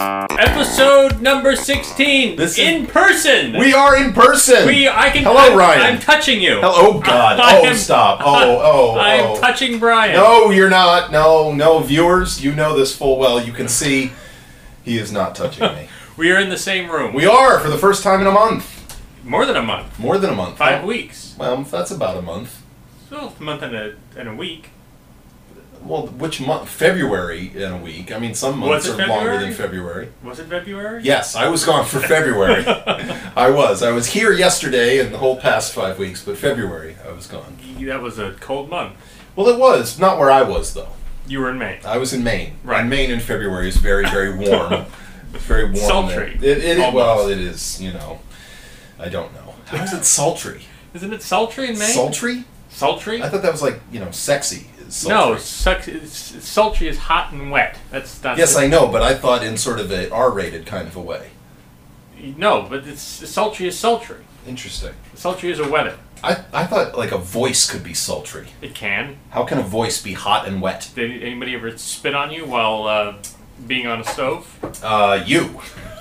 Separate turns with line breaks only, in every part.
Episode number 16
This is-
in person.
We are in person.
We- I can
Hello,
I'm,
Ryan.
I'm touching you.
Hello, oh God.
I
oh,
am-
stop. Oh, oh,
I am
oh.
touching Brian.
no, you're not. No, no, viewers, you know this full well. You can see he is not touching me.
We are in the same room.
We are for the first time in a month,
More than a month.
more than a month.
Five weeks.
Well, that's about a month.
Well, a month and a, and a week.
Well, which month? February in a week. I mean, some months
Was
are
it
longer
February?
than February.
Was it February?
Yes, I was gone for February. I was. I was here yesterday and the whole past five weeks, but February I was gone.
That was a cold month.
Well, it was not where I was though.
You were in Maine.
I was in Maine.
Right.
And Maine in February is very, very warm. It's very warm.
Sultry,
there. It, it,
almost.
well, it is, you know, I don't know. How is it sultry?
Isn't it sultry in Maine?
Sultry?
sultry?
I thought that was like, you know, sexy. Is sultry.
no, sucks, it's, it's- sultry is hot and wet. That's not.
Yes, I know, but I thought in sort of a R-rated kind of a way.
No, but it's sultry is sultry.
Interesting.
Sultry is a weather.
I, I thought like a voice could be sultry.
It can.
How can a voice be hot and wet?
Did anybody ever spit on you while uh, being on a stove?
Uh, you.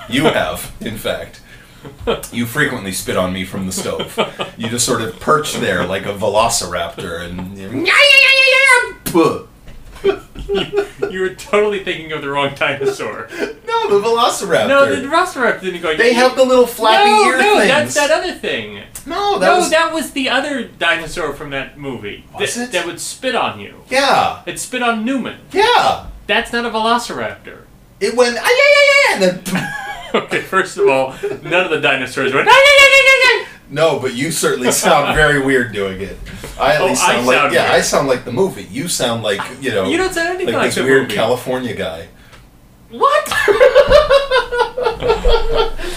You have, in fact. You frequently spit on me from the stove. You just sort of perch there like a velociraptor and. Puh.
You were totally thinking of the wrong dinosaur.
No, the velociraptor.
no, the Velociraptor didn't go.
they have the little flappy
no,
ear
no,
things.
that's that other thing.
no, that
no,
was.
that was the other dinosaur from that movie.
Was
that,
it?
that would spit on you.
Yeah,
It spit on Newman.
yeah.
That's not a Velociraptor.
It went. "Ah, yeah, yeah, yeah," and then.
Okay, first of all, none of the dinosaurs went. "Ah, yeah, yeah, yeah, yeah, yeah."
No, but you certainly sound very weird doing it. I at
Oh,
least
I
sound like
sound
yeah,
weird.
I sound like the movie. You sound like you know
You don't sound anything like
this
the
weird
movie.
California guy.
What?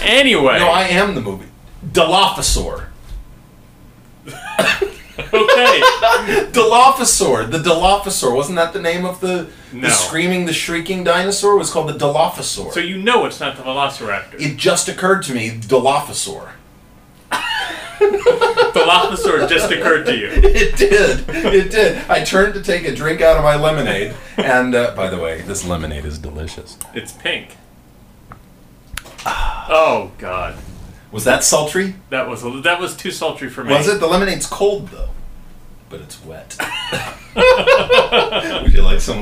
anyway,
No, I am the movie. Dilophosaur.
okay.
Dilophosaur. The Dilophosaur. Wasn't that the name of the,
No.
the screaming, the shrieking dinosaur? It was called the Dilophosaur.
So you know it's not the Velociraptor.
it just occurred to me, Dilophosaur.
Dilophosaur just occurred to you.
It did. It did. I turned to take a drink out of my lemonade, and uh, by the way, this lemonade is delicious.
It's pink. Oh God,
Was that sultry?
that was a, that was too sultry for me.
Was it? The lemonade's cold though, but it's wet. Would you like some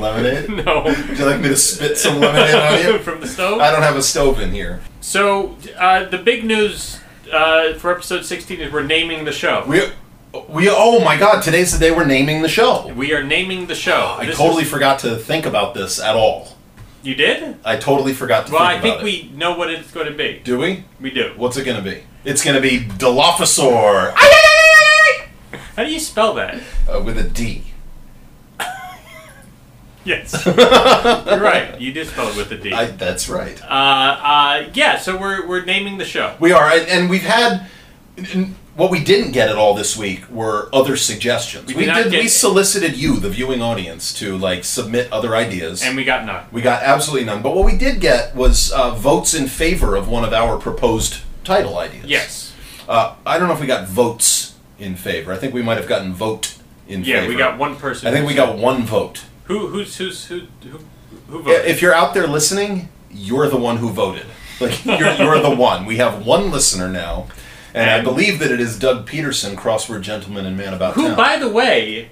lemonade?
No.
Would you like me to spit some lemonade on you?
From the stove.
Oh, I don't have a stove in here.
so uh, the big news uh, for episode 16 is we're naming the show.
We, we. Oh my God! Today's the day we're naming the show.
We are naming the show.
I
This
totally
is-
forgot to think about this at all.
you did.
I totally forgot to
Well, I
think
think
about it.
we know what it's going to be.
Do we?
We do.
What's it gonna be? It's gonna be Dilophosaur
How do you spell that?
uh, with a D.
Yes. You're right. You did spell it with a D.
I, that's right.
uh, uh, yeah. So we're we're naming the show.
We are, and, and we've had n- what we didn't get at all this week were other suggestions. We,
did not
did.
get-
We solicited you, the viewing audience, to like submit other ideas.
And we got none.
we got absolutely none. But what we did get was uh, votes in favor of one of our proposed title ideas.
Yes.
Uh, I don't know if we got votes in favor. I think we might have gotten vote in
Yeah,
favor.
we got one person.
I think we got one vote.
Who who's who's who who who
I-
voted?
If you're out there listening, you're the one who voted. Like you're, you're the one. We have one listener now, and I
And-
believe that it is Doug Peterson, crossword gentleman and man about
who,
town.
by the way,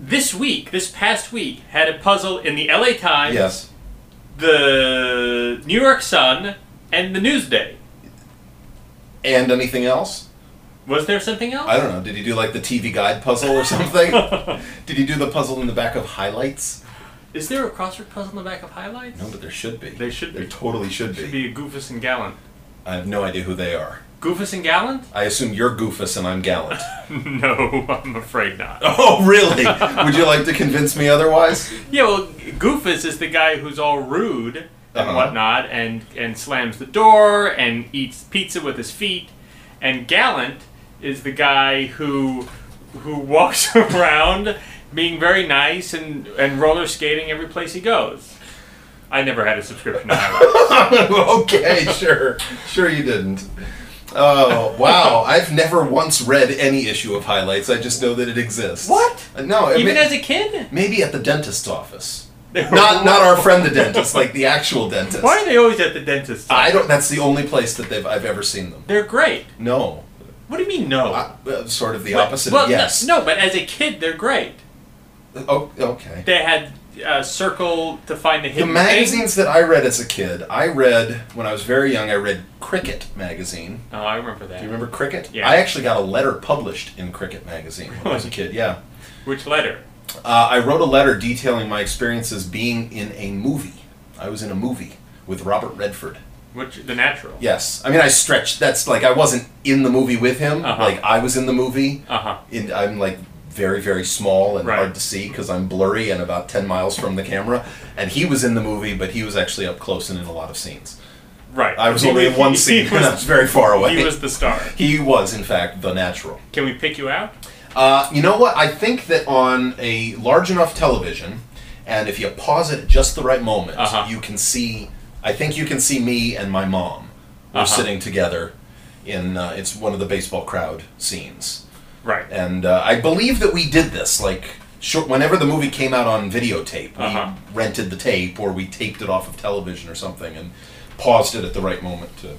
this week, this past week, had a puzzle in the L.A. Times,
yes,
the New York Sun, and the Newsday.
and anything else?
Was there something else?
I don't know. Did he do like the TV guide puzzle or something? Did he do the puzzle in the back of highlights?
Is there a crossword puzzle in the back of highlights?
No, but there should be.
There should
There
be.
totally should be.
Should be a Goofus and Gallant.
I have no idea who they are.
Goofus and Gallant?
I assume you're Goofus and I'm Gallant.
No, I'm afraid not.
oh, really? Would you like to convince me otherwise?
Yeah, well, Goofus is the guy who's all rude and
Uh-huh.
whatnot, and and slams the door and eats pizza with his feet, and Gallant is the guy who who walks around being very nice and and roller skating every place he goes. I never had a subscription. to Highlights.
okay, sure. Sure you didn't. Oh wow! I've never once read any issue of Highlights. I just know that it exists.
What?
Uh, No, I
Even
mean-
as a kid?
maybe at the dentist's office. Not not our friend the dentist, like the actual dentist.
Why are they always at the dentist?
I don't. That's the only place that they've I've ever seen them.
They're great.
No,
What do you mean no?
I, uh, sort of the
But-
opposite.
Well,
of
no-
yes.
No, but as a kid, they're great.
Oh, okay.
They had uh, circle to find the
The
hidden Thing.
magazines that I read as a kid, I read when I was very young. I read Cricket magazine.
Oh, I remember that.
Do you remember Cricket?
Yeah.
I actually got a letter published in Cricket magazine when I was a kid. Yeah.
Which letter?
Uh, I wrote a letter detailing my experiences being in a movie. I was in a movie with Robert Redford.
Which the natural.
Yes, I mean I stretched. That's like I wasn't in the movie with him.
Uh-huh.
Like I was in the movie.
Uh huh.
In I'm like very very small and
Right.
hard to see because I'm blurry and about ten miles from the camera. And he was in the movie, but he was actually up close and in a lot of scenes.
Right.
I was
He-
only in
he-
one
he
scene, and I was
was-
very far away.
he was the star.
He was, in fact, the natural.
Can we pick you out?
Uh, you know what? I think that on a large enough television, and if you pause it at just the right moment,
Uh-huh.
you can see. I think you can see me and my mom. We're
Uh-huh.
sitting together in. Uh, it's one of the baseball crowd scenes,
Right.
and uh, I believe that we did this like. Short, whenever the movie came out on videotape, we
Uh-huh.
rented the tape or we taped it off of television or something and paused it at the right moment to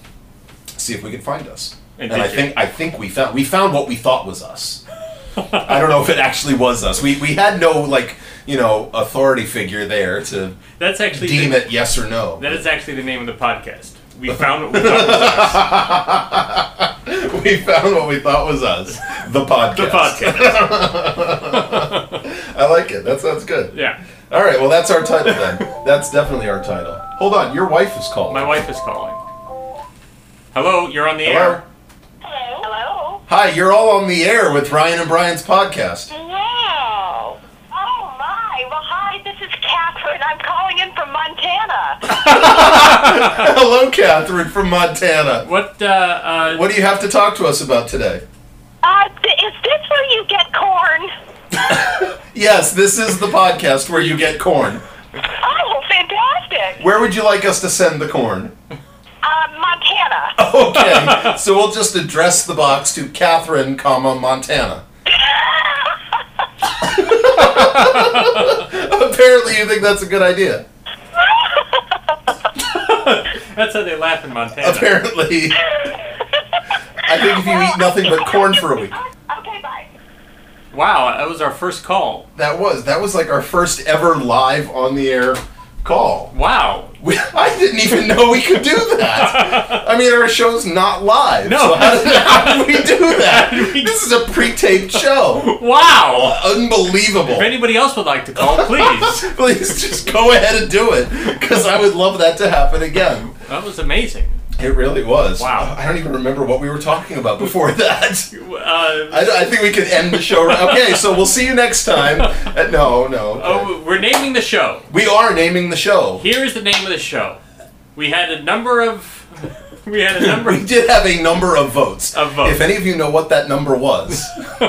see if we could find us.
And
And,
did
I
you?
think I think we found we found what we thought was us. I don't know if it actually was us. We we had no like you know authority figure there to
That's actually
deem
the,
it yes or no.
That is actually the name of the podcast. We found what we thought was ours.
we found what we thought was us. The podcast.
the podcast.
I like it. That sounds good.
Yeah.
All right. Well, that's our title then. That's definitely our title. Hold on. Your wife is calling.
My wife is calling. Hello, you're on the
Hello.
air.
Hello.
Hi. You're all on the air with Ryan and Brian's podcast.
Wow. Oh my. Well, hi. This is Catherine. I'm calling in from Montana.
Hello, Catherine from Montana.
What uh, uh
What do you have to talk to us about today?
Uh, th- is this where you get corn?
Yes, this is the podcast where you get corn.
Oh, fantastic.
Where would you like us to send the corn?
Uh, Montana.
Okay, so we'll just address the box to Catherine, comma Montana. Apparently, you think that's a good idea.
that's how they laugh in Montana.
Apparently, I think if you eat nothing but corn for a week,
Okay, bye.
Wow, that was our first call.
that was that was like our first ever live on the air call.
Wow.
We, I didn't even know we could do that. I mean, our show's not live.
No.
so how did, how did we do that?
did we-
This is a pre-taped show.
Wow.
Unbelievable.
If anybody else would like to call, please.
Please just go ahead and do it because I would love that to happen again.
that was amazing.
It really was.
Wow.
I don't even remember what we were talking about before that.
Uh,
I, I think we could end the show. Okay, so we'll see you next time. Uh, no, no. okay.
oh, we're naming the show.
We are naming the show.
Here is the name of the show. We had a number of. We had a number.
We
of,
did have a number of votes.
Of votes.
If any of you know what that number was,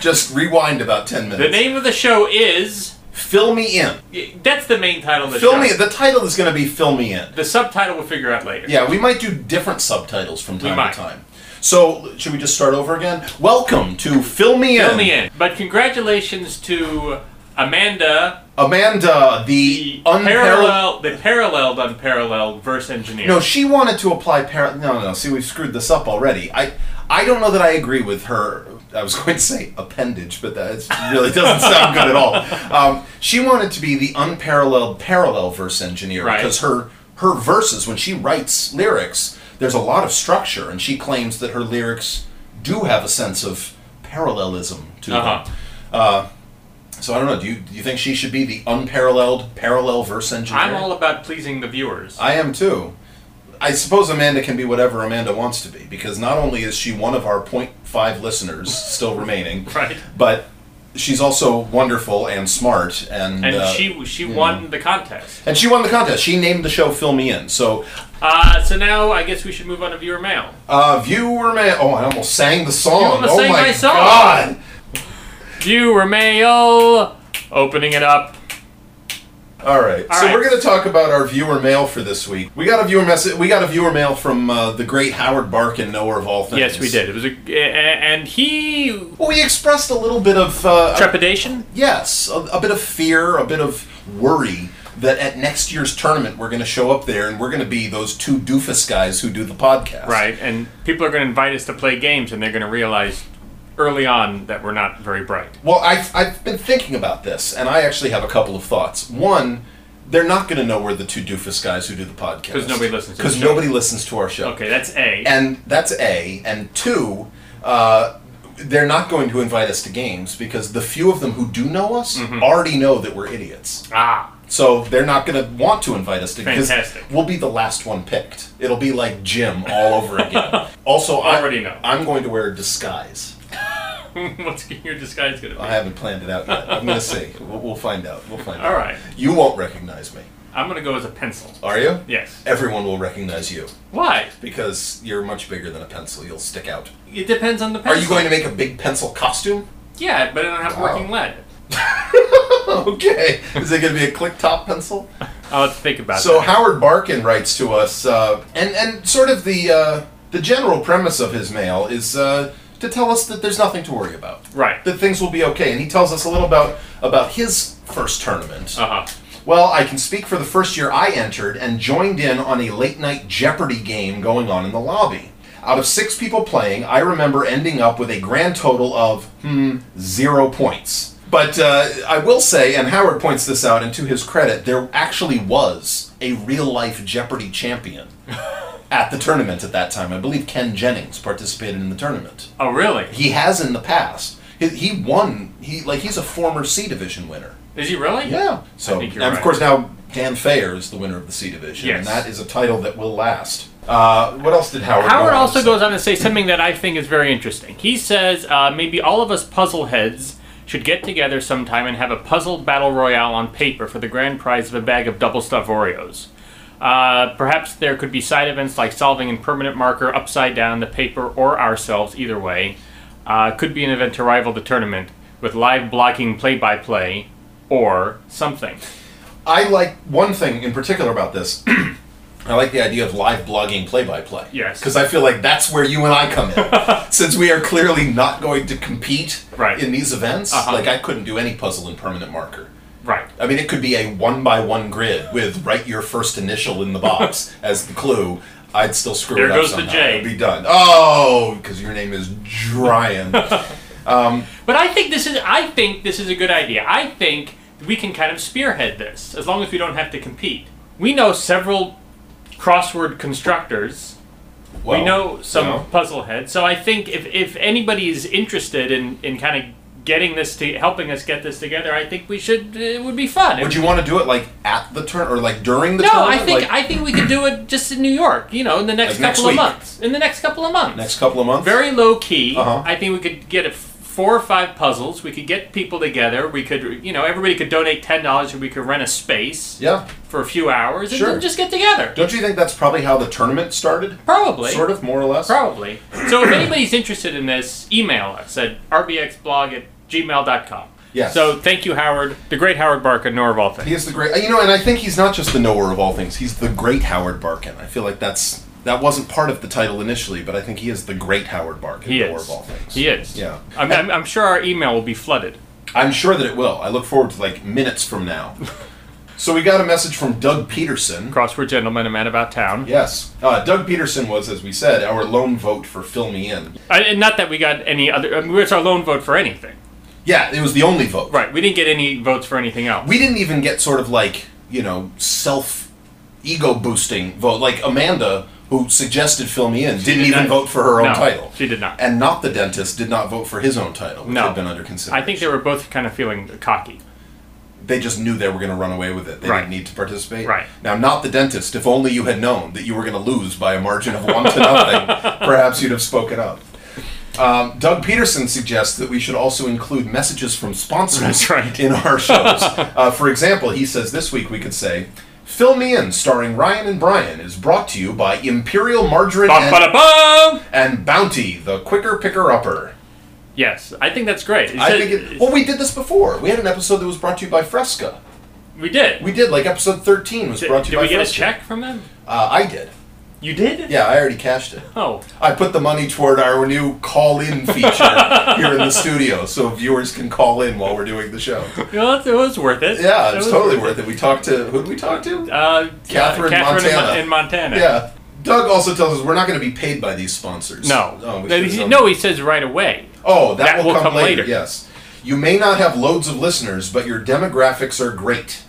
just rewind about 10 minutes.
the name of the show is.
Fill me in.
That's the main title of the
Fill
show.
me. The title is going to be Fill me in.
The subtitle we'll figure out later.
Yeah, we might do different subtitles from time
might.
to time. So, should we just start over again? Welcome to Fill Me
Fill
In.
me in. But congratulations to Amanda,
Amanda, the,
the
unparalleled.
parallel, the paralleled, unparalleled verse engineer.
No, she wanted to apply par. No, no. See, we've screwed this up already. I, I don't know that I agree with her. I was going to say appendage, but that it's- really doesn't sound good at all. Um, she wanted to be the unparalleled parallel verse engineer
Right.
because her her verses when she writes lyrics, there's a lot of structure, and she claims that her lyrics do have a sense of parallelism to
Uh-huh.
them. Uh, so I don't know. Do you do you think she should be the unparalleled parallel verse engineer?
I'm all about pleasing the viewers.
I am too. I suppose Amanda can be whatever Amanda wants to be because not only is she one of our 0.5 listeners still remaining,
Right.
but she's also wonderful and smart and
and
uh,
she she won the contest.
and she won the contest. She named the show "Fill Me In." So,
Uh, so now I guess we should move on to viewer mail.
uh, viewer man. Oh, I almost sang the song.
almost
oh
sang
my
my song.
god!
Viewer mail. Opening it up.
All right.
All
so
right.
we're going to talk about our viewer mail for this week. We got a viewer message. We got a viewer mail from uh, the great Howard Barkin, knower of all things.
Yes, we did. It was a, a- and he
Well, we expressed a little bit of uh,
trepidation.
yes, a, a bit of fear, a bit of worry that at next year's tournament we're going to show up there and we're going to be those two doofus guys who do the podcast.
Right, and people are going to invite us to play games, and they're going to realize early on that we're not very bright.
Well, I've, I've been thinking about this, and I actually have a couple of thoughts. One, they're not going to know we're the two doofus guys who do the podcast
'Cause nobody listens to the
because
show.
nobody listens to our show.
Okay, that's A.
and that's a and two uh, they're not going to invite us to games because the few of them who do know us
Mm-hmm.
already know that we're idiots
ah,
so they're not going to want to invite us to because
Fantastic.
we'll be the last one picked it'll be like jim all over again also I-
Already know.
i'm going to wear a disguise
what's your disguise going to be?
i haven't planned it out yet i'm going to see we'll, we'll find out we'll find out
All right,
you won't recognize me
I'm going to go as a pencil.
are you
Yes.
everyone will recognize you
Why?
because you're much bigger than a pencil you'll stick out
It depends on the
are
pencil.
you going Oh. to make a big pencil costume
Yeah, but I don't have
Wow.
working lead.
Okay. Is it going to be a click top pencil?
I'll have to think about
So
that.
Howard Barkin writes to us, uh, and and sort of the uh, the general premise of his mail is uh, to tell us that there's nothing to worry about,
Right.
that things will be okay, and he tells us a little about about his first tournament.
Uh huh.
Well, I can speak for the first year I entered and joined in on a late night Jeopardy game going on in the lobby. Out of six people playing, I remember ending up with a grand total of, hmm, zero points. But uh, I will say, and Howard points this out, and to his credit, there actually was a real life Jeopardy champion at the tournament at that time. I believe Ken Jennings participated in the tournament.
Oh, really?
He has in the past. He, he won, he, like, he's a former C Division winner.
Is he really?
Yeah. So,
think you're
and of
right.
course, now Dan Fayer is the winner of the C division, and
Yes.
that is a title that will last. Uh, what else did Howard?
Howard
go on
also
to say?
goes on to say something that I think is very interesting. He says uh, maybe all of us puzzle heads should get together sometime and have a puzzle battle royale on paper for the grand prize of a bag of double stuffed Oreos. Uh, perhaps there could be side events like solving in permanent marker, upside down, the paper, or ourselves, either way. Uh, could be an event to rival the tournament with live blocking play by play or something.
I like one thing in particular about this. I like the idea of live blogging play by play.
Yes.
Because I feel like that's where you and I come in. Since we are clearly not going to compete
Right.
in these events,
Uh-huh.
like I couldn't do any puzzle in permanent marker.
Right.
I mean, it could be a one by one grid with write your first initial in the box as the clue. I'd still screw
There
it up
goes the
somehow.
J.
It'd be done. Oh, because your name is Dryan.
But I think this is I think this is a good idea. I think we can kind of spearhead this as long as we don't have to compete. We know several crossword constructors.
Well,
we know some
you know,
puzzle heads. So I think if, if anybody is interested in, in kind of getting this to helping us get this together, I think we should uh, it would be fun.
Would you want to do it like at the turn or like during the
no, I
tournament?
think
like,
I think we could do it just in New York, you know, in the next
Like next
couple
week?
of months. In the next couple of months.
next couple of months.
very low key.
Uh-huh.
I think we could get a f- four or five puzzles. We could get people together. We could, you know, everybody could donate ten dollars, and we could rent a space
Yeah.
for a few hours and
Sure.
then just get together.
Don't you think that's probably how the tournament started?
Probably,
Sort of, more or less.
probably. So if anybody's interested in this, email us at rbxblog at gmail.com.
Yes.
So thank you, Howard, the great Howard Barker, nor of all
He
things.
is the great, uh, you know, and I think he's not just the knower of all things. He's the great Howard Barkin. I feel like that's that wasn't part of the title initially, but I think he is the great Howard Barkin,
He
knower
is.
of all things.
He is.
Yeah.
I'm, I'm, I'm sure our email will be flooded.
I'm sure that it will. I look forward to like minutes from now. so we got a message from Doug Peterson.
Crossword gentleman, a man about town.
Yes, uh, Doug Peterson was, as we said, our lone vote for fill me in.
I, and not that we got any other. I mean, it's our lone vote for anything.
Yeah, it was the only vote.
Right. We didn't get any votes for anything else.
We didn't even get sort of like you know self ego boosting vote. Like Amanda, who suggested fill me in, didn't
did
even
not-
vote for her own
no,
title.
she did not.
And not the dentist did not vote for his own title, which
No.
had been under consideration.
I think they were both kind of feeling cocky.
they just knew they were going to run away with it. They
Right.
didn't need to participate.
Right.
Now, not the dentist. If only you had known that you were going to lose by a margin of one to nothing, perhaps you'd have spoken up. Um, Doug Peterson suggests that we should also include messages from sponsors
That's right.
in our shows. uh, for example, he says this week we could say, Fill Me In, starring Ryan and Brian, is brought to you by Imperial Margarine
Bum,
and,
ba, da, bum!
and Bounty, the quicker picker upper.
Yes, I think that's great. It's
I
a-
think it, well, we did this before. We had an episode that was brought to you by Fresca.
We did.
We did like episode thirteen was
did
brought to
did
you by
we get a
Fresco.
check from them?
Uh, I did.
You did?
Yeah, I already cashed it.
Oh,
I put the money toward our new call-in feature here in the studio, so viewers can call in while we're doing the show.
well, it was worth it.
Yeah, it's totally worth it. We talked to who did we talk to?
Uh,
Catherine,
in Mon-
Montana.
in Montana.
Yeah. Doug also tells us we're not going to be paid by these sponsors.
No.
Oh, we
no,
should've
he,
done
no, he says right away.
Oh, that, will, come, later.
later.
Yes. You may not have loads of listeners, but your demographics are great.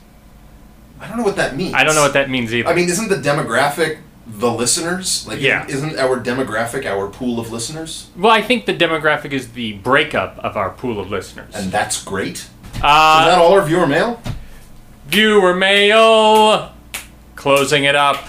I don't know what that means.
I don't know what that means either.
I mean, isn't the demographic the listeners? Like,
Yeah.
isn't our demographic our pool of listeners?
well, I think the demographic is the breakup of our pool of listeners.
And that's great. Is
uh,
that all our viewer mail?
viewer mail. Closing it up.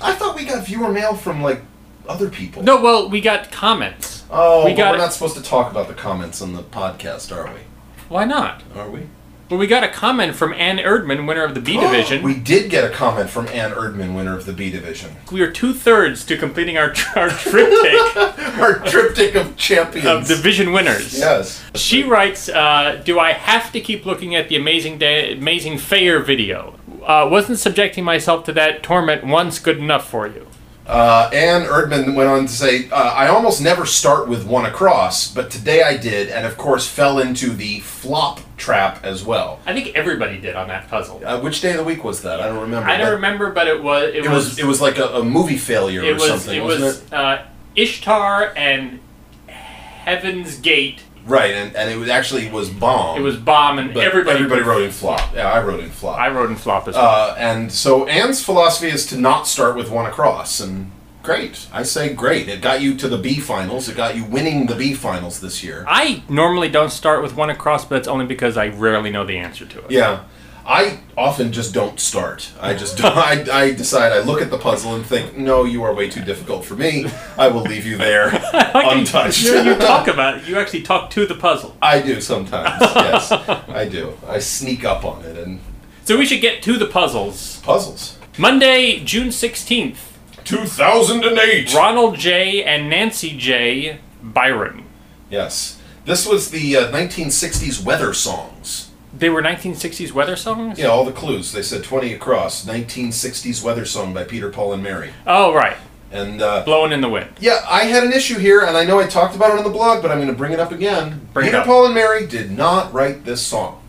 I thought we got viewer mail from like other people.
No, well, we got comments.
Oh,
we
we
got
we're
it.
not supposed to talk about the comments on the podcast, are we?
Why not?
Are we?
But we got a comment from Ann Erdman, winner of the B Division.
We did get a comment from Ann Erdman, winner of the B division.
we are two thirds to completing our, our triptych
Our triptych of champions.
of division winners.
yes.
She writes, uh, "Do I have to keep looking at the amazing day, amazing fair video? Uh, wasn't subjecting myself to that torment once good enough for you?
Uh, Ann Erdman went on to say, uh, I almost never start with one across, but today I did, and of course fell into the flop trap as well.
I think everybody did on that puzzle.
Uh, which day of the week was that? I don't remember.
I don't
That-
remember, but it was it,
It was it was like a, a movie failure
it
or
was
something,
it
wasn't
was
it?
uh, Ishtar and Heaven's Gate.
Right, and, and it was actually was bomb.
It was bomb, and
but
everybody
everybody wrote in flop. Yeah, I wrote in flop.
I wrote in flop as well.
Uh, and so Anne's philosophy is to not start with one across, and great. I say great. It got you to the B finals. It got you winning the B finals this year.
I normally don't start with one across, but it's only because I rarely know the answer to it.
Yeah. I often just don't start. I just don't, I, I decide I look at the puzzle and think, no, you are way too difficult for me. I will leave you there untouched.
You, you talk about you actually talk to the puzzle.
I do sometimes. Yes, I do. I sneak up on it and
So we should get to the puzzles.
puzzles.
Monday, June 16th,
2008.
Ronald J. and Nancy J. Byron.
Yes, this was the uh, 1960s weather songs.
They were 1960s weather songs?
Yeah, all the clues. They said 20 across, 1960s weather song by Peter, Paul, and Mary.
Oh, right.
And uh,
Blowing in the Wind.
yeah, I had an issue here, and I know I talked about it on the blog, but I'm going to bring it up again.
Bring it
Peter,
up.
Paul, and Mary did not write this song.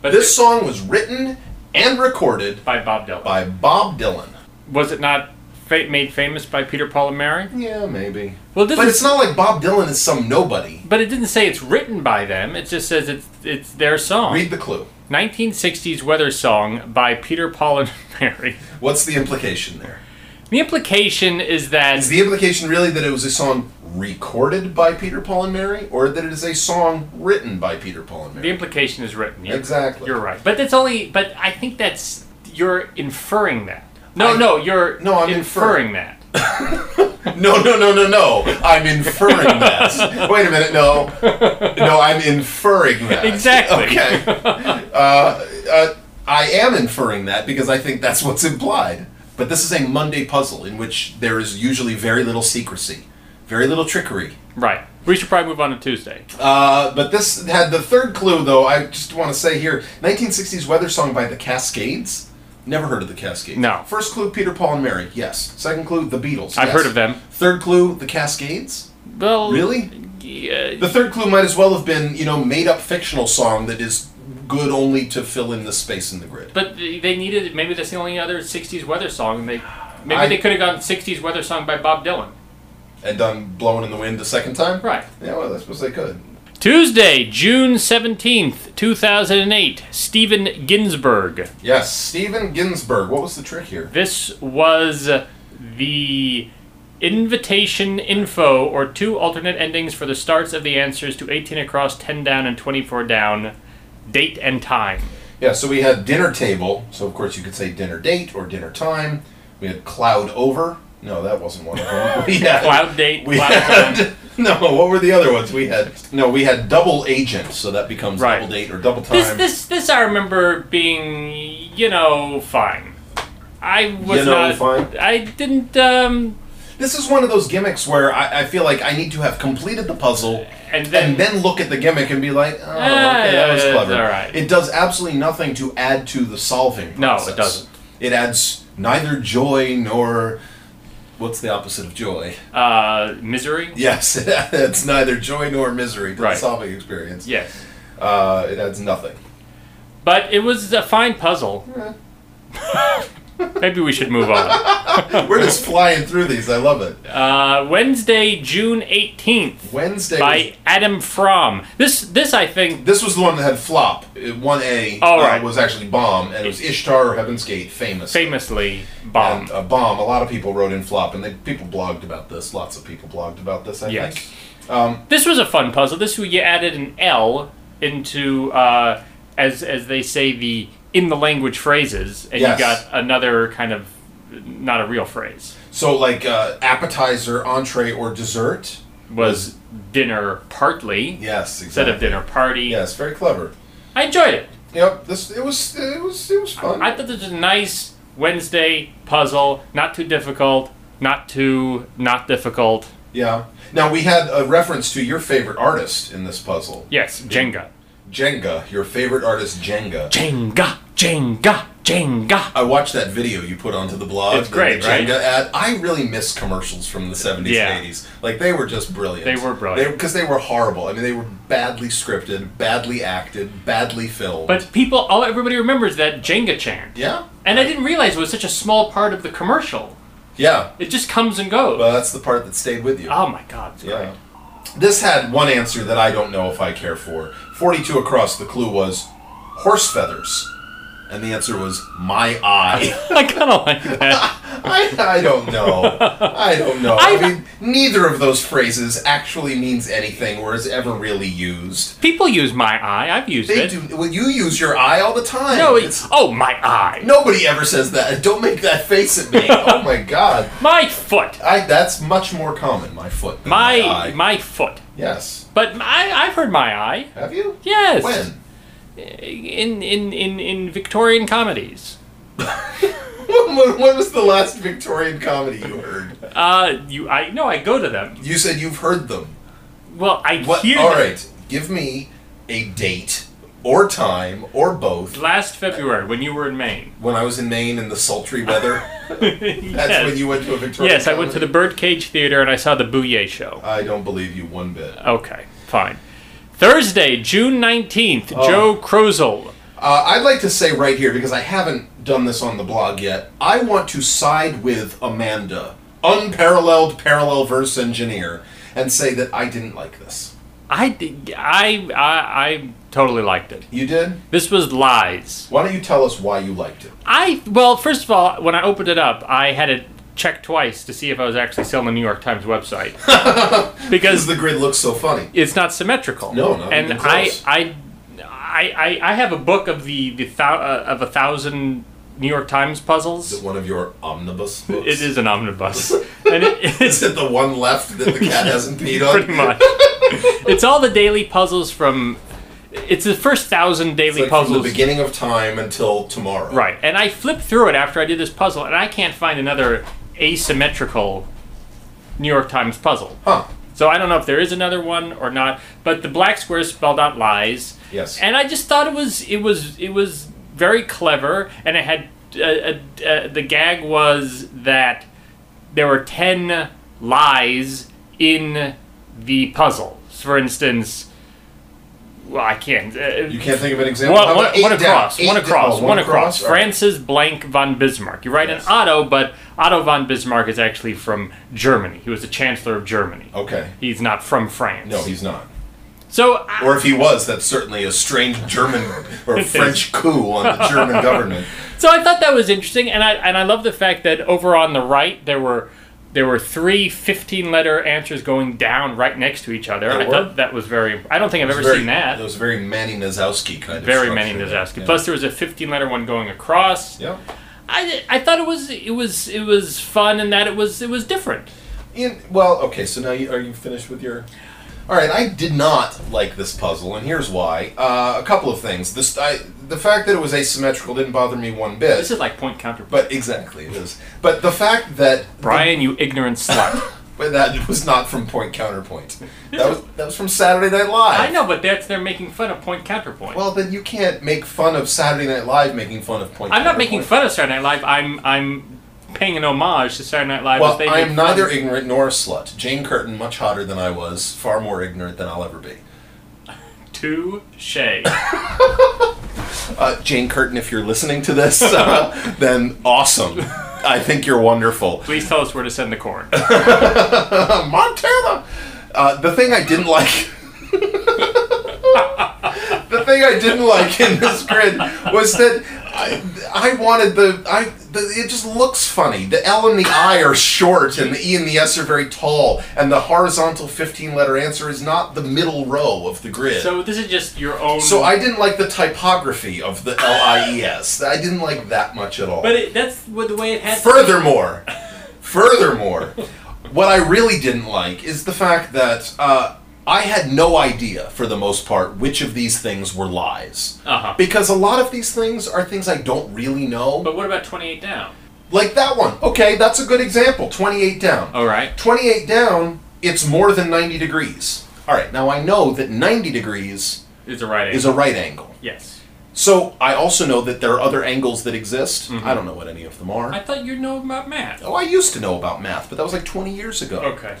But
This song was written and recorded
by Bob Dylan.
by Bob Dylan.
Was it not fa- made famous by Peter, Paul, and Mary?
Yeah, maybe.
Well, this
But
is,
it's not like Bob Dylan is some nobody.
but it didn't say it's written by them. It just says it's it's their song.
Read the clue.
1960s weather song by Peter, Paul, and Mary.
What's the implication there?
The implication is that
Is the implication really that it was a song recorded by Peter, Paul, and Mary, or that it is a song written by Peter, Paul, and
The
Mary?
implication is written. You're,
Exactly.
You're right. But that's only. But I think that's you're inferring that. No,
I-
no, you're
No, I'm
inferring, that.
No, no, no, no, no. I'm inferring that. Wait a minute. No, no, I'm inferring that.
Exactly.
Okay. Uh, uh, I am inferring that because I think that's what's implied. But this is a Monday puzzle in which there is usually very little secrecy, very little trickery.
Right. We should probably move on to Tuesday.
Uh, but this had the third clue, though. I just want to say here 1960s weather song by the Cascades. Never heard of the Cascades.
No.
First clue Peter, Paul, and Mary. Yes. Second clue the Beatles.
I've
yes.
heard of them.
Third clue the Cascades.
Well,
Really?
Yeah,
The third clue might as well have been, you know, made up fictional song that is good only to fill in the space in the grid.
but they they needed. Maybe that's the only other '60s weather song. and They maybe
I-
they could have gone '60s weather song by Bob Dylan.
And done blowing in the wind a second time?
Right.
Yeah, well, I suppose they could.
Tuesday, June seventeenth, two thousand and eight. Steven Ginsberg.
Yes, Steven Ginsberg. What was the trick here?
This was the invitation info or two alternate endings for the starts of the answers to 18 across, 10 down, and 24 down, date and time.
Yeah, so we had dinner table. So of course you could say dinner date or dinner time. We had cloud over. No, that wasn't one of them. We had
Cloud date,
We
cloud
had
time.
no. What were the other ones? We had no. We had double agent. So that becomes
Right.
double date or double time.
This, this, this I remember being, you know, fine. I was
You know,
not.
fine?
I didn't. Um,
This is one of those gimmicks where I, I feel like I need to have completed the puzzle
And then-
and then look at the gimmick and be like, oh,
Ah,
okay, that was
yeah,
clever.
it's all right.
It does absolutely nothing to add to the solving
No, it
process.
doesn't.
It adds neither joy nor. What's the opposite of joy?
Uh, misery.
Yes, it adds neither joy nor misery to
Right.
the solving experience.
Yes,
Uh, it adds nothing.
but it was a fine puzzle. Maybe we should move on.
We're just flying through these. I love it.
Uh, Wednesday, June eighteenth,
Wednesday. was-
by Adam Fromm. This, this I think.
This was the one that had flop. One A uh,
Oh, right.
was actually bomb, and it was Ishtar or Heaven's Gate, famous.
Famously bombed.
And, uh, bomb. A lot of people wrote in flop, and they, people blogged about this. Lots of people blogged about this. I
Yes.
think.
This was a fun puzzle. This you added an L into uh, as as they say the in the language phrases, and
Yes.
you got another kind of not a real phrase
So like uh, appetizer, entree, or dessert.
was dinner partly
Yes, exactly.
instead of dinner party.
Yes, very clever.
I enjoyed it.
Yep. This it was it was it was fun.
I thought this was a nice Wednesday puzzle, not too difficult, not too not difficult.
yeah. Now we had a reference to your favorite artist in this puzzle,
Yes, Jenga.
Jenga. Your favorite artist, Jenga.
Jenga, Jenga, Jenga.
I watched that video you put onto the blog.
It's
the
great, right?
Jenga ad. I really miss commercials from the 70s
Yeah.
and 80s. Like, they were just brilliant.
They were brilliant.
Because they, were horrible. I mean, they were badly scripted, badly acted, badly filmed.
But people, all everybody remembers that Jenga chant.
yeah?
And I didn't realize it was such a small part of the commercial.
Yeah.
It just comes and goes.
Well, that's the part that stayed with you.
oh my god, it's
yeah.
great.
This had one answer that I don't know if I care for. 42 across, the clue was horse feathers. And the answer was my eye.
I kind of like that.
I, I don't know. I don't know. I, mean, neither of those phrases actually means anything or is ever really used.
People use my eye. I've used
They
it.
do. Well, you use your eye all the time.
No, it's
It's-
oh my eye,
nobody ever says that. Don't make that face at me. oh my god.
my foot,
I that's much more common. My foot. than
my
eye.
my, foot.
yes.
But I, I've heard my eye.
Have you?
Yes.
When?
In in in in Victorian comedies.
when? When was the last Victorian comedy you heard?
Uh, you I no, I go to them.
You said you've heard them.
Well, I
What?
hear
all
them.
right. Give me a date or time or both.
Last February, when you were in Maine.
when I was in Maine in the sultry weather. That's
yes.
when you went to a Victorian.
Yes, I went to the
comedy?
Birdcage Theater and I saw the Bouye show.
I don't believe you one bit. Uh,
Okay, fine. Thursday, June 19th,
Oh.
Joe Krozel.
Uh, I'd like to say right here because I haven't done this on the blog yet. I want to side with Amanda, unparalleled parallel verse engineer, and say that I didn't like this.
I, did- I, I, I totally liked it.
You did?
This was lies.
Why don't you tell us why you liked it?
I, well, first of all, when I opened it up, I had it checked twice to see if I was actually still on the New York Times website.
Because
because
the grid looks so funny.
it's not symmetrical.
No, not
And
even
I,
close.
I, I, I, I have a book of the, the thou, uh, of a thousand New York Times
Is it
puzzles.
one of your omnibus books?
It is an omnibus. and it is
Is it the one left that the cat hasn't peed on?
pretty much. it's all the daily puzzles from. It's the first thousand daily
Like from
puzzles,
the beginning of time until tomorrow.
right? And I flipped through it after I did this puzzle, and I can't find another asymmetrical New York Times puzzle.
Huh.
So I don't know if there is another one or not. But the black squares spelled out lies.
Yes.
And I just thought it was it was it was very clever, and it had uh, uh, uh, the gag was that there were ten lies in the puzzle. For instance, well, I can't. Uh,
You can't think of an example. How
one,
about
one,
eight
one
down?
across,
Eight
one
down.
across,
Oh,
one across.
All right.
Francis Blank von Bismarck. You write
Yes.
an Otto, but Otto von Bismarck is actually from Germany. He was the Chancellor of Germany.
Okay.
He's not from France.
No, he's not.
So, I,
Or if he was, that's certainly a strange German or French coup on the German government.
so I thought that was interesting, and I and I love the fact that over on the right there were there were three 15 letter answers going down right next to each other.
There
I
were?
thought that was very. I don't think I've ever
Very-
seen that.
It was very Manny Nazowski kind of.
very many
structure
to
there.
ask.
Yeah.
Plus, there was a 15 letter one going across.
yeah.
I, I thought it was it was it was fun in that it was it was different.
In, well, okay, so now you, are you finished with your? All right, I did not like this puzzle, and here's why. Uh, a couple of things. This I, the fact that it was asymmetrical didn't bother me one bit.
This is like point counterpoint.
but exactly, it is. But the fact that
Brian, you ignorant slut.
but that was not from Point Counterpoint. That was that was from Saturday Night Live.
I know, but that's they're making fun of point counterpoint.
Well, then you can't make fun of Saturday Night Live making fun of Point.
I'm not making
Counterpoint.
fun of Saturday Night Live. I'm I'm paying an homage to Saturday Night Live. as they
Well, I am
did
neither
fun-
ignorant nor a slut. Jane Curtin, much hotter than I was, far more ignorant than I'll ever be.
Touche.
Uh, Jane Curtin, if you're listening to this, uh, then awesome. I think you're wonderful.
Please tell us where to send the corn.
Montana. Uh, the thing I didn't like. the thing I didn't like in this grid was that I, I wanted the I the, it just looks funny. The L and the I are short, and the E and the S are very tall, and the horizontal fifteen letter answer is not the middle row of the grid.
So this is just your own.
So I didn't like the typography of the L I E S. I didn't like that much at all.
But it, that's what the way it had.
Furthermore, furthermore, what I really didn't like is the fact that uh, I had no idea, for the most part, which of these things were lies.
Uh-huh.
Because a lot of these things are things I don't really know.
But what about 28 down?
Like that one. Okay, that's a good example. 28 down.
All right.
28 down, it's more than 90 degrees. All right, now I know that 90 degrees
Is a right
is
answer.
a right angle.
yes.
So I also know that there are other angles that exist. I don't know what any of them are.
I thought you know about math.
Oh, I used to know about math, but that was like 20 years ago.
Okay.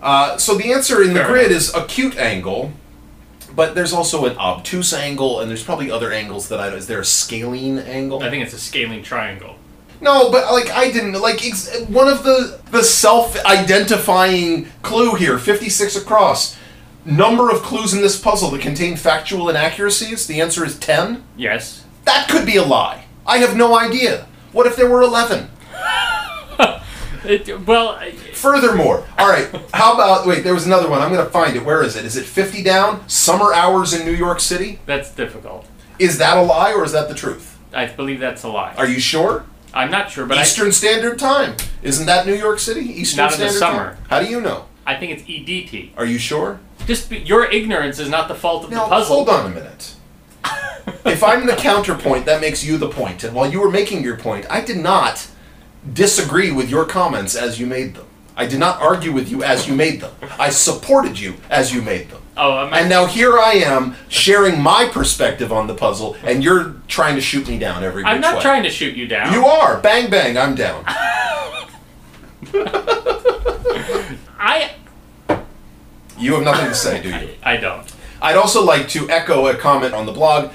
Uh, so the answer in the
Fair
grid
enough.
is acute angle, but there's also an obtuse angle, and there's probably other angles that I don't. Is there a scalene angle?
I think it's a scaling triangle.
no, but like I didn't like ex- one of the the self-identifying clue here, 56 across. Number of clues in this puzzle that contain factual inaccuracies. The answer is 10.
Yes.
That could be a lie. I have no idea. What if there were 11?
It, well, I-
Furthermore, all right, how about wait? There was another one. I'm gonna find it. Where is it? Is it 50 down? Summer hours in New York City?
that's difficult.
Is that a lie or is that the truth?
I believe that's a lie.
Are you sure?
I'm not sure, but
Eastern Standard Time. Isn't that New York City? Eastern
Not in the
Standard
summer.
Time. How do you know?
I, I think it's EDT.
Are you sure?
Just be, your ignorance is not the fault of
Now
the puzzle.
hold on a minute. if I'm the counterpoint, that makes you the point. And while you were making your point, I did not disagree with your comments as you made them. I did not argue with you as you made them. I supported you as you made them.
Oh, I'm
And now here I am sharing my perspective on the puzzle, and you're trying to shoot me down every.
I'm
which
not
way.
trying to shoot you down.
You are bang bang. I'm down.
I
You have nothing to say, do you?
I don't.
I'd also like to echo a comment on the blog,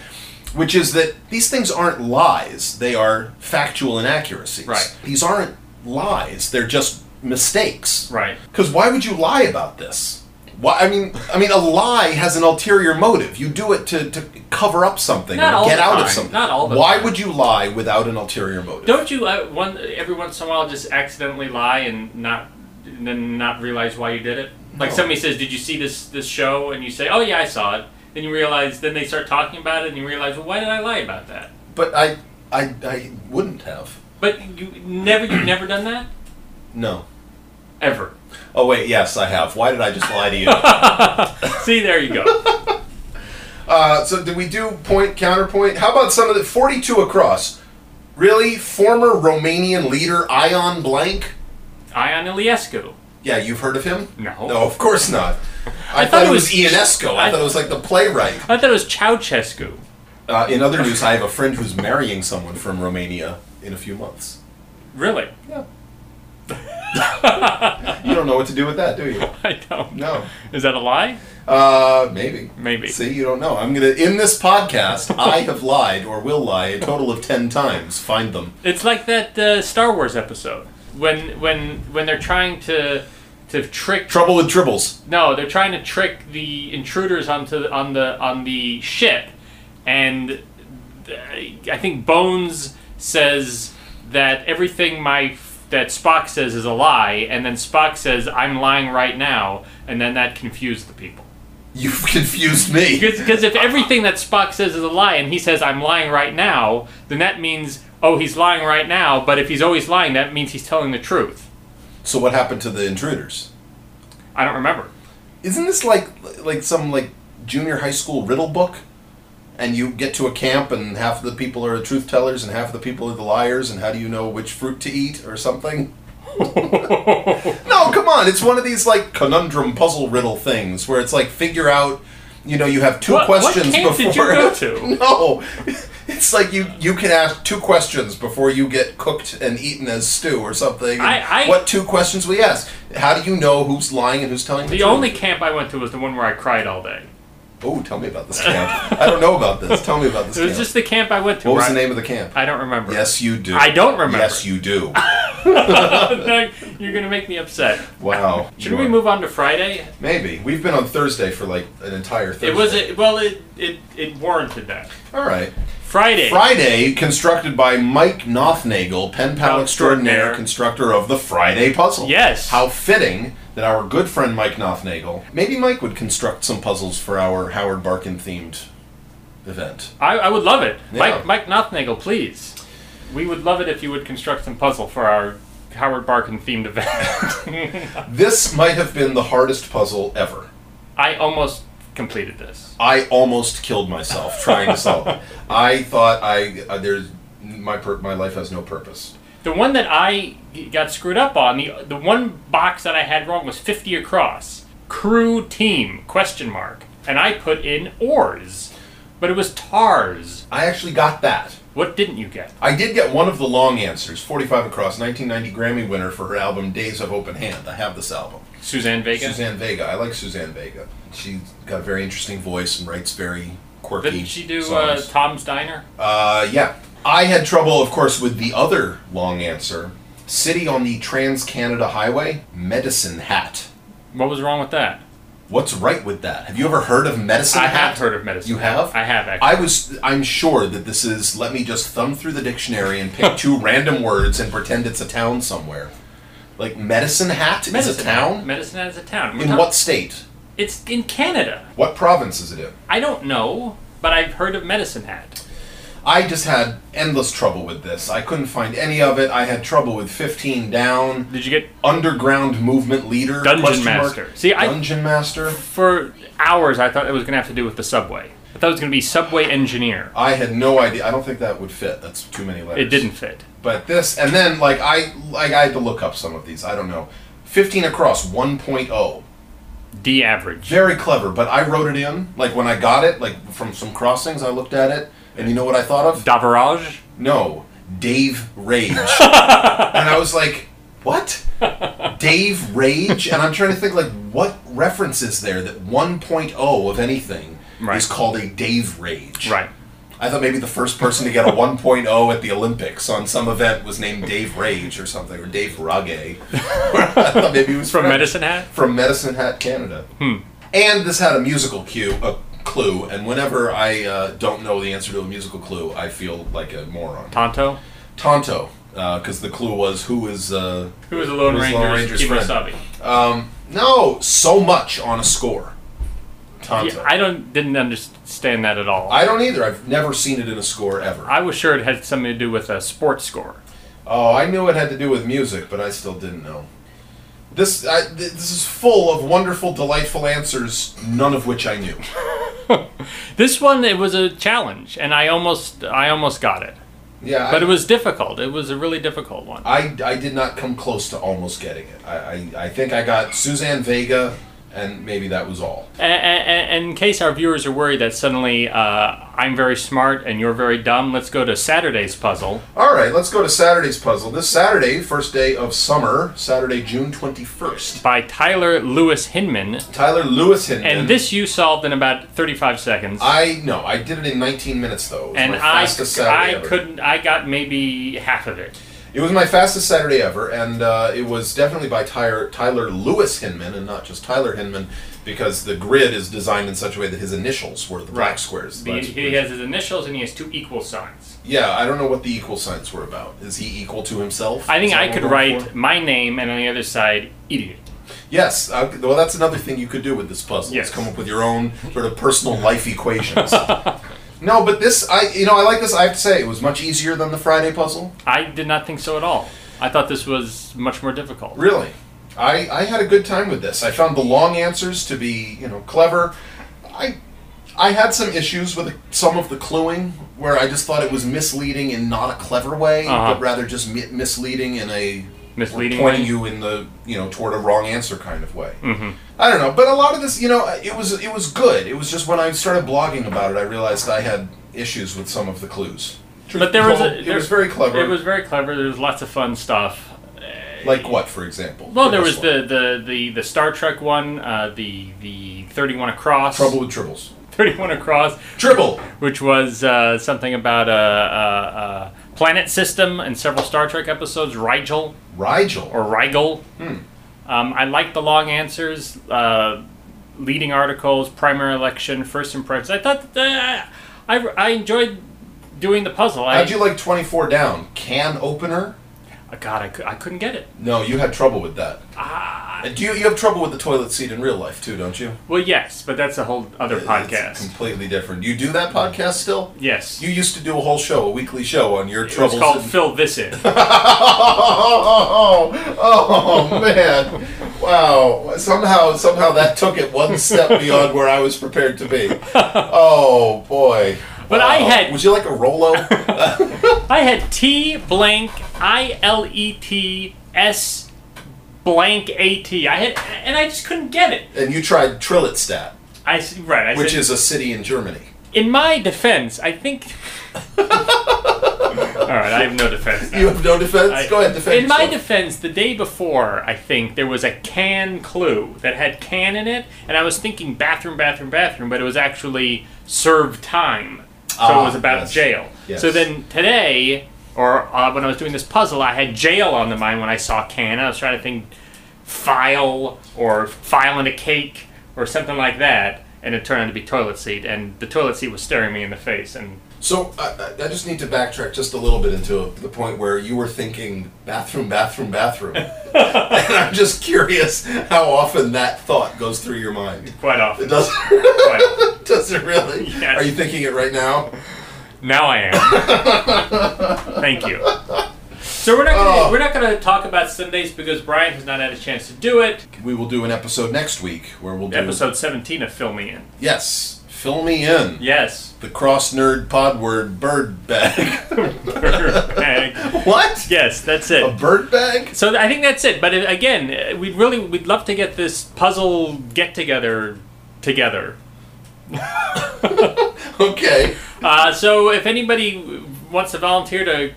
which is that these things aren't lies; they are factual inaccuracies.
Right.
These aren't lies; they're just mistakes.
Right.
Because why would you lie about this? Why? I mean, I mean, a lie has an ulterior motive. You do it to, to cover up something,
Not
or
all
get
the
out of
time.
something.
Not all the
why
time.
would you lie without an ulterior motive?
Don't you uh, one every once in a while just accidentally lie and not and then not realize why you did it? Like
No.
somebody says, "Did you see this this show?" and you say, "Oh yeah, I saw it." Then you realize, then they start talking about it, and you realize, "Well, why did I lie about that?"
But I, I, I wouldn't have.
But you never you've never done that
No.
ever.
Oh wait, yes, I have. Why did I just lie to you?
See, there you go.
Uh, so did we do point counterpoint? How about some of the forty-two across? Really, former Romanian leader Ion Blank?
Ion Iliescu.
Yeah, you've heard of him?
No.
No, of course not. I,
I
thought, it was Ionesco. I,
I-
thought it was like the playwright.
I thought it was Ceausescu.
Uh, in other news, I have a friend who's marrying someone from Romania in a few months.
Really?
Yeah. you don't know what to do with that, do you?
I don't.
No.
Is that a lie?
Uh, maybe.
Maybe.
See, you don't know. I'm gonna in this podcast. I have lied or will lie a total of ten times. Find them.
It's like that uh, Star Wars episode when when when they're trying to to trick
Trouble with dribbles.
No, they're trying to trick the intruders onto the, on the on the ship, and th- I think Bones says that everything my that Spock says is a lie, and then Spock says I'm lying right now, and then that confused the people.
You've confused me.
Because if everything that Spock says is a lie, and he says I'm lying right now, then that means oh he's lying right now. But if he's always lying, that means he's telling the truth.
So what happened to the intruders?
I don't remember.
Isn't this like like some like junior high school riddle book? and you get to a camp and half of the people are the truth tellers and half of the people are the liars and how do you know which fruit to eat or something? No, come on. It's one of these like conundrum puzzle riddle things where it's like figure out. You know, you have two
What- what
questions
camp did you
before.
go to?
No, it's like you you can ask two questions before you get cooked and eaten as stew or something. And
I- I-
what two questions we ask? How do you know who's lying and who's telling the,
The
truth?
only camp I went to was the one where I cried all day.
Oh, tell me about this camp. I don't know about this. Tell me about this.
It was
camp.
just the camp I went to.
what was
where
the
I-
name of the camp?
I don't remember.
yes, you do.
I don't remember.
Yes, you do.
No, You're gonna make me upset.
Wow.
Should we move on to Friday?
Maybe we've been on Thursday for like an entire Thursday.
It was a, well, it, it it warranted that.
all right.
Friday.
Friday, constructed by Mike Nothnagel, pen pal extraordinaire, constructor of the Friday puzzle.
Yes.
How fitting that our good friend Mike Nothnagel, maybe Mike would construct some puzzles for our Howard Barkin themed event.
I, I would love it.
Yeah.
Mike Mike Nothnagel, please. We would love it if you would construct some puzzle for our Howard Barkin themed event.
This might have been the hardest puzzle ever.
I almost completed this.
I almost killed myself trying to solve it. I thought I uh, there's my pur- my life has no purpose.
The one that I got screwed up on, the the one box that I had wrong was 50 across. Crew team question mark. And I put in oars. But it was tars.
I actually got that.
What didn't you get?
I did get one of the long answers, 45 across, 1990 Grammy winner for her album Days of Open Hand. I have this album.
Suzanne Vega.
Suzanne Vega. I like Suzanne Vega. She's got a very interesting voice and writes very quirky.
Didn't she do uh,
songs.
Tom's Diner?
Uh, yeah. I had trouble, of course, with the other long answer. City on the Trans Canada Highway, Medicine Hat.
What was wrong with that?
What's right with that? Have you ever heard of Medicine
I
Hat?
have heard of medicine.
You have?
I have actually.
I was. I'm sure that this is. Let me just thumb through the dictionary and pick two random words and pretend it's a town somewhere. Like medicine hat is a
Medicine Hat.
town.
Medicine Hat is a town. We're
In
not-
what state?
It's in Canada.
What province is it in?
I don't know, but I've heard of Medicine Hat.
I just had endless trouble with this. I couldn't find any of it. I had trouble with 15 down.
Did you get
Underground movement leader.
Dungeon
question mark.
Master. See, I-
Dungeon master.
for hours? I thought it was going to have to do with the subway. I thought it was going to be subway engineer.
I had no idea. I don't think that would fit. That's too many letters.
It didn't fit.
But this, and then like I like I had to look up some of these. I don't know. 15 across 1.0.
D average.
Very clever, but I wrote it in like when I got it, like from some crossings. I looked at it, and you know what I thought of?
Davarage.
No, Dave Rage. and I was like, what? Dave Rage? And I'm trying to think like what reference is there that 1.0 of anything
Right.
is called a Dave Rage?
Right.
I thought maybe the first person to get a 1.0 at the Olympics on some event was named Dave Rage or something, or Dave Rage. I thought maybe it was
From
French.
Medicine Hmm. Hat.
From Medicine Hat, Canada. And this had a musical cue, a clue, and whenever I uh, don't know the answer to a musical clue, I feel like a moron.
Tonto.
Tonto, because the clue was who is. Uh,
Who was the Lone
Who was
Ranger?
Lone Ranger's friend?
Kimasabi.
no, so much on a score. Tonto.
Yeah, I don't didn't understand that at all.
I don't either. I've never seen it in a score ever.
I was sure it had something to do with a sports score.
Oh, I knew it had to do with music, but I still didn't know. This I, th- this is full of wonderful, delightful answers, none of which I knew.
This one it was a challenge, and I almost I almost got it,
Yeah,
but
I,
it was difficult. It was a really difficult one.
I, I did not come close to almost getting it. I, I, I think I got Suzanne Vega, and maybe that was all.
A- a- a- in case our viewers are worried that suddenly uh, I'm very smart and you're very dumb, let's go to Saturday's puzzle.
All right, let's go to Saturday's puzzle. This Saturday, first day of summer, Saturday, June twenty first.
by Tyler Lewis Hinman.
Tyler Lewis Hinman.
And this you solved in about 35 seconds.
I no, I did it in nineteen minutes though. It was
and
my
I,
fastest Saturday
I
ever.
couldn't, I got maybe half of it.
It was my fastest Saturday ever, and uh, it was definitely by Tyler, Tyler Lewis Hinman, and not just Tyler Hinman, because the grid is designed in such a way that his initials were the black squares. the
He,
black
he
squares.
has his initials and he has two equal signs.
Yeah, I don't know what the equal signs were about. Is he equal to himself?
I think
Is that
I
what
could
we're
write
going for?
my name and on the other side, idiot.
Yes. I, well, that's another thing you could do with this puzzle.
Yes.
Is come up with your own sort of personal life equations. no, but this, I you know, I like this. I have to say, it was much easier than the Friday puzzle.
I did not think so at all. I thought this was much more difficult.
Really? I, I had a good time with this. I found the long answers to be, you know, clever. I I had some issues with some of the cluing where I just thought it was misleading in not a clever way,
Uh-huh.
but rather just mi- misleading in a
Misleading
pointing
way? Mm-hmm.
you in the you know toward a wrong answer kind of way. I don't know, but a lot of this, you know, it was it was good. It was just when I started blogging about it, I realized I had issues with some of the clues.
But there was a,
Well, it
there-
was very clever.
It was very clever. There was lots of fun stuff.
like what, for example?
Well,
For
there was
this one?
the, the, the, the Star Trek one, uh, the the thirty one across,
trouble with tribbles.
thirty one across,
Tribble.
which was uh, something about a, a, a planet system and several Star Trek episodes. Rigel
Rigel.
or Rigel.
Hmm.
Um, I liked the long answers, uh, leading articles, primary election, first impressions. I thought that, uh, I I enjoyed doing the puzzle. I,
How'd you like 24 down? Can opener?
Uh, God, I, cou- I couldn't get it.
No, you had trouble with that. Ah. Do you, you have trouble with the toilet seat in real life too, don't you?
Well, yes, but that's a whole other
It's
podcast.
completely different. You do that podcast still?
Yes.
You used to do a whole show, a weekly show on your
It was
troubles.
called
in-
Fill This In.
oh, oh, oh, oh, man. Wow. Somehow somehow that took it one step beyond where I was prepared to be. Oh boy.
But I
Wow.
had-
Would you like a Rolo?
I had T blank I L E T S blank A T. I had, and I just couldn't get it.
and you tried Trillitstadt,
I s- right. I
which
said,
is a city in Germany.
in my defense. I think. All right, I have no defense. now.
You have no defense?
I-
Go ahead, defend
In my
yourself.
defense, the day before, I think there was a can clue that had can in it, and I was thinking bathroom, bathroom, bathroom, but it was actually serve time, so
Ah,
it was about
yes.
jail.
Yes.
So then today, or uh, when I was doing this puzzle, I had jail on the mind when I saw can. I was trying to think file or file in a cake or something like that, and it turned out to be toilet seat, and the toilet seat was staring me in the face, and
So I, I I just need to backtrack just a little bit into the point where you were thinking bathroom, bathroom, bathroom, and I'm just curious how often that thought goes through your mind.
quite
It
often.
doesn't.
Quite often.
Does it really?
Yes.
Are you thinking it right now?
Now I am. Thank you. So we're not gonna,
Oh.
we're not going to talk about Sundays because Brian has not had a chance to do it.
We will do an episode next week where we'll do
Episode 17 of Fill Me In.
Yes, fill me in.
Yes.
The cross nerd pod word bird bag.
Bag.
what?
yes, that's
A
it.
bird bag?
So I think that's it. But uh, again, uh, we'd really we'd love to get this puzzle get together together.
Okay.
Uh, so if anybody wants to volunteer to c-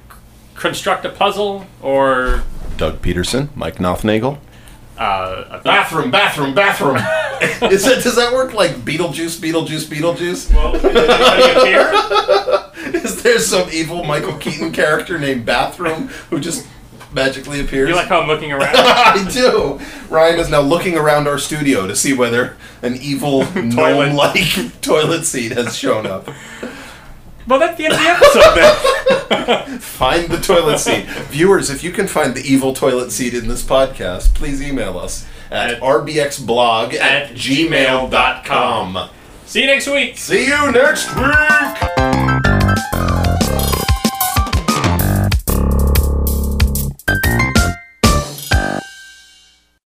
construct a puzzle or
Doug Peterson, Mike Nothnagel.
uh, a
Bathroom, bathroom, bathroom. Is that, does that work like Beetlejuice, Beetlejuice, Beetlejuice?
well, did anybody appear?
Is there some evil Michael Keaton character named Bathroom who just magically appears?
You like how I'm looking around?
I do. Ryan is now looking around our studio to see whether an evil gnome-like toilet seat has shown up.
Well, that's the end of the episode then.
Find the toilet seat. Viewers, if you can find the evil toilet seat in this podcast, please email us at,
At-
rbxblog at,
at
gmail.com.
See you next week.
See you next week!